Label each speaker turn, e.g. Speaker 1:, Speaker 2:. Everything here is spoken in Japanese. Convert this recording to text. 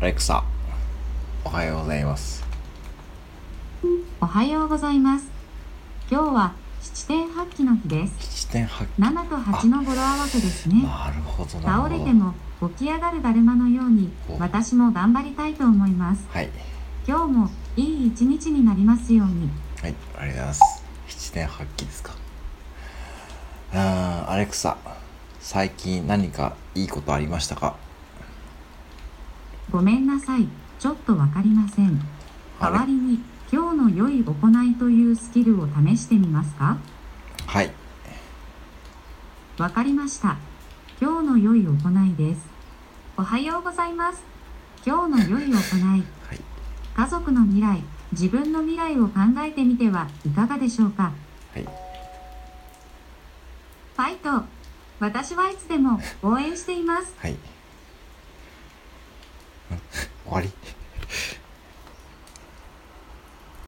Speaker 1: レクサ、おはようございます。
Speaker 2: おはようございます。今日は七点八起の日です。
Speaker 1: 7.8。
Speaker 2: 七と八の語呂合わせですね。
Speaker 1: なるほどなるほど。
Speaker 2: 倒れても起き上がるだるまのように
Speaker 1: お、
Speaker 2: 私も頑張りたいと思います。
Speaker 1: はい。
Speaker 2: 今日もいい一日になりますように。
Speaker 1: はい、ありがとうございます。7.8期ですか。うーん、アレクサ、最近何かいいことありましたか
Speaker 2: ごめんなさい。ちょっとわかりません。
Speaker 1: あ
Speaker 2: 代
Speaker 1: れ
Speaker 2: わりに今日の良い行いというスキルを試してみますか。
Speaker 1: はい。
Speaker 2: わかりました。今日の良い行いです。おはようございます。今日の良い行い。
Speaker 1: はい。
Speaker 2: 家族の未来、自分の未来を考えてみてはいかがでしょうか。
Speaker 1: はい。
Speaker 2: ファイト私はいつでも応援しています。
Speaker 1: はい。ん終わり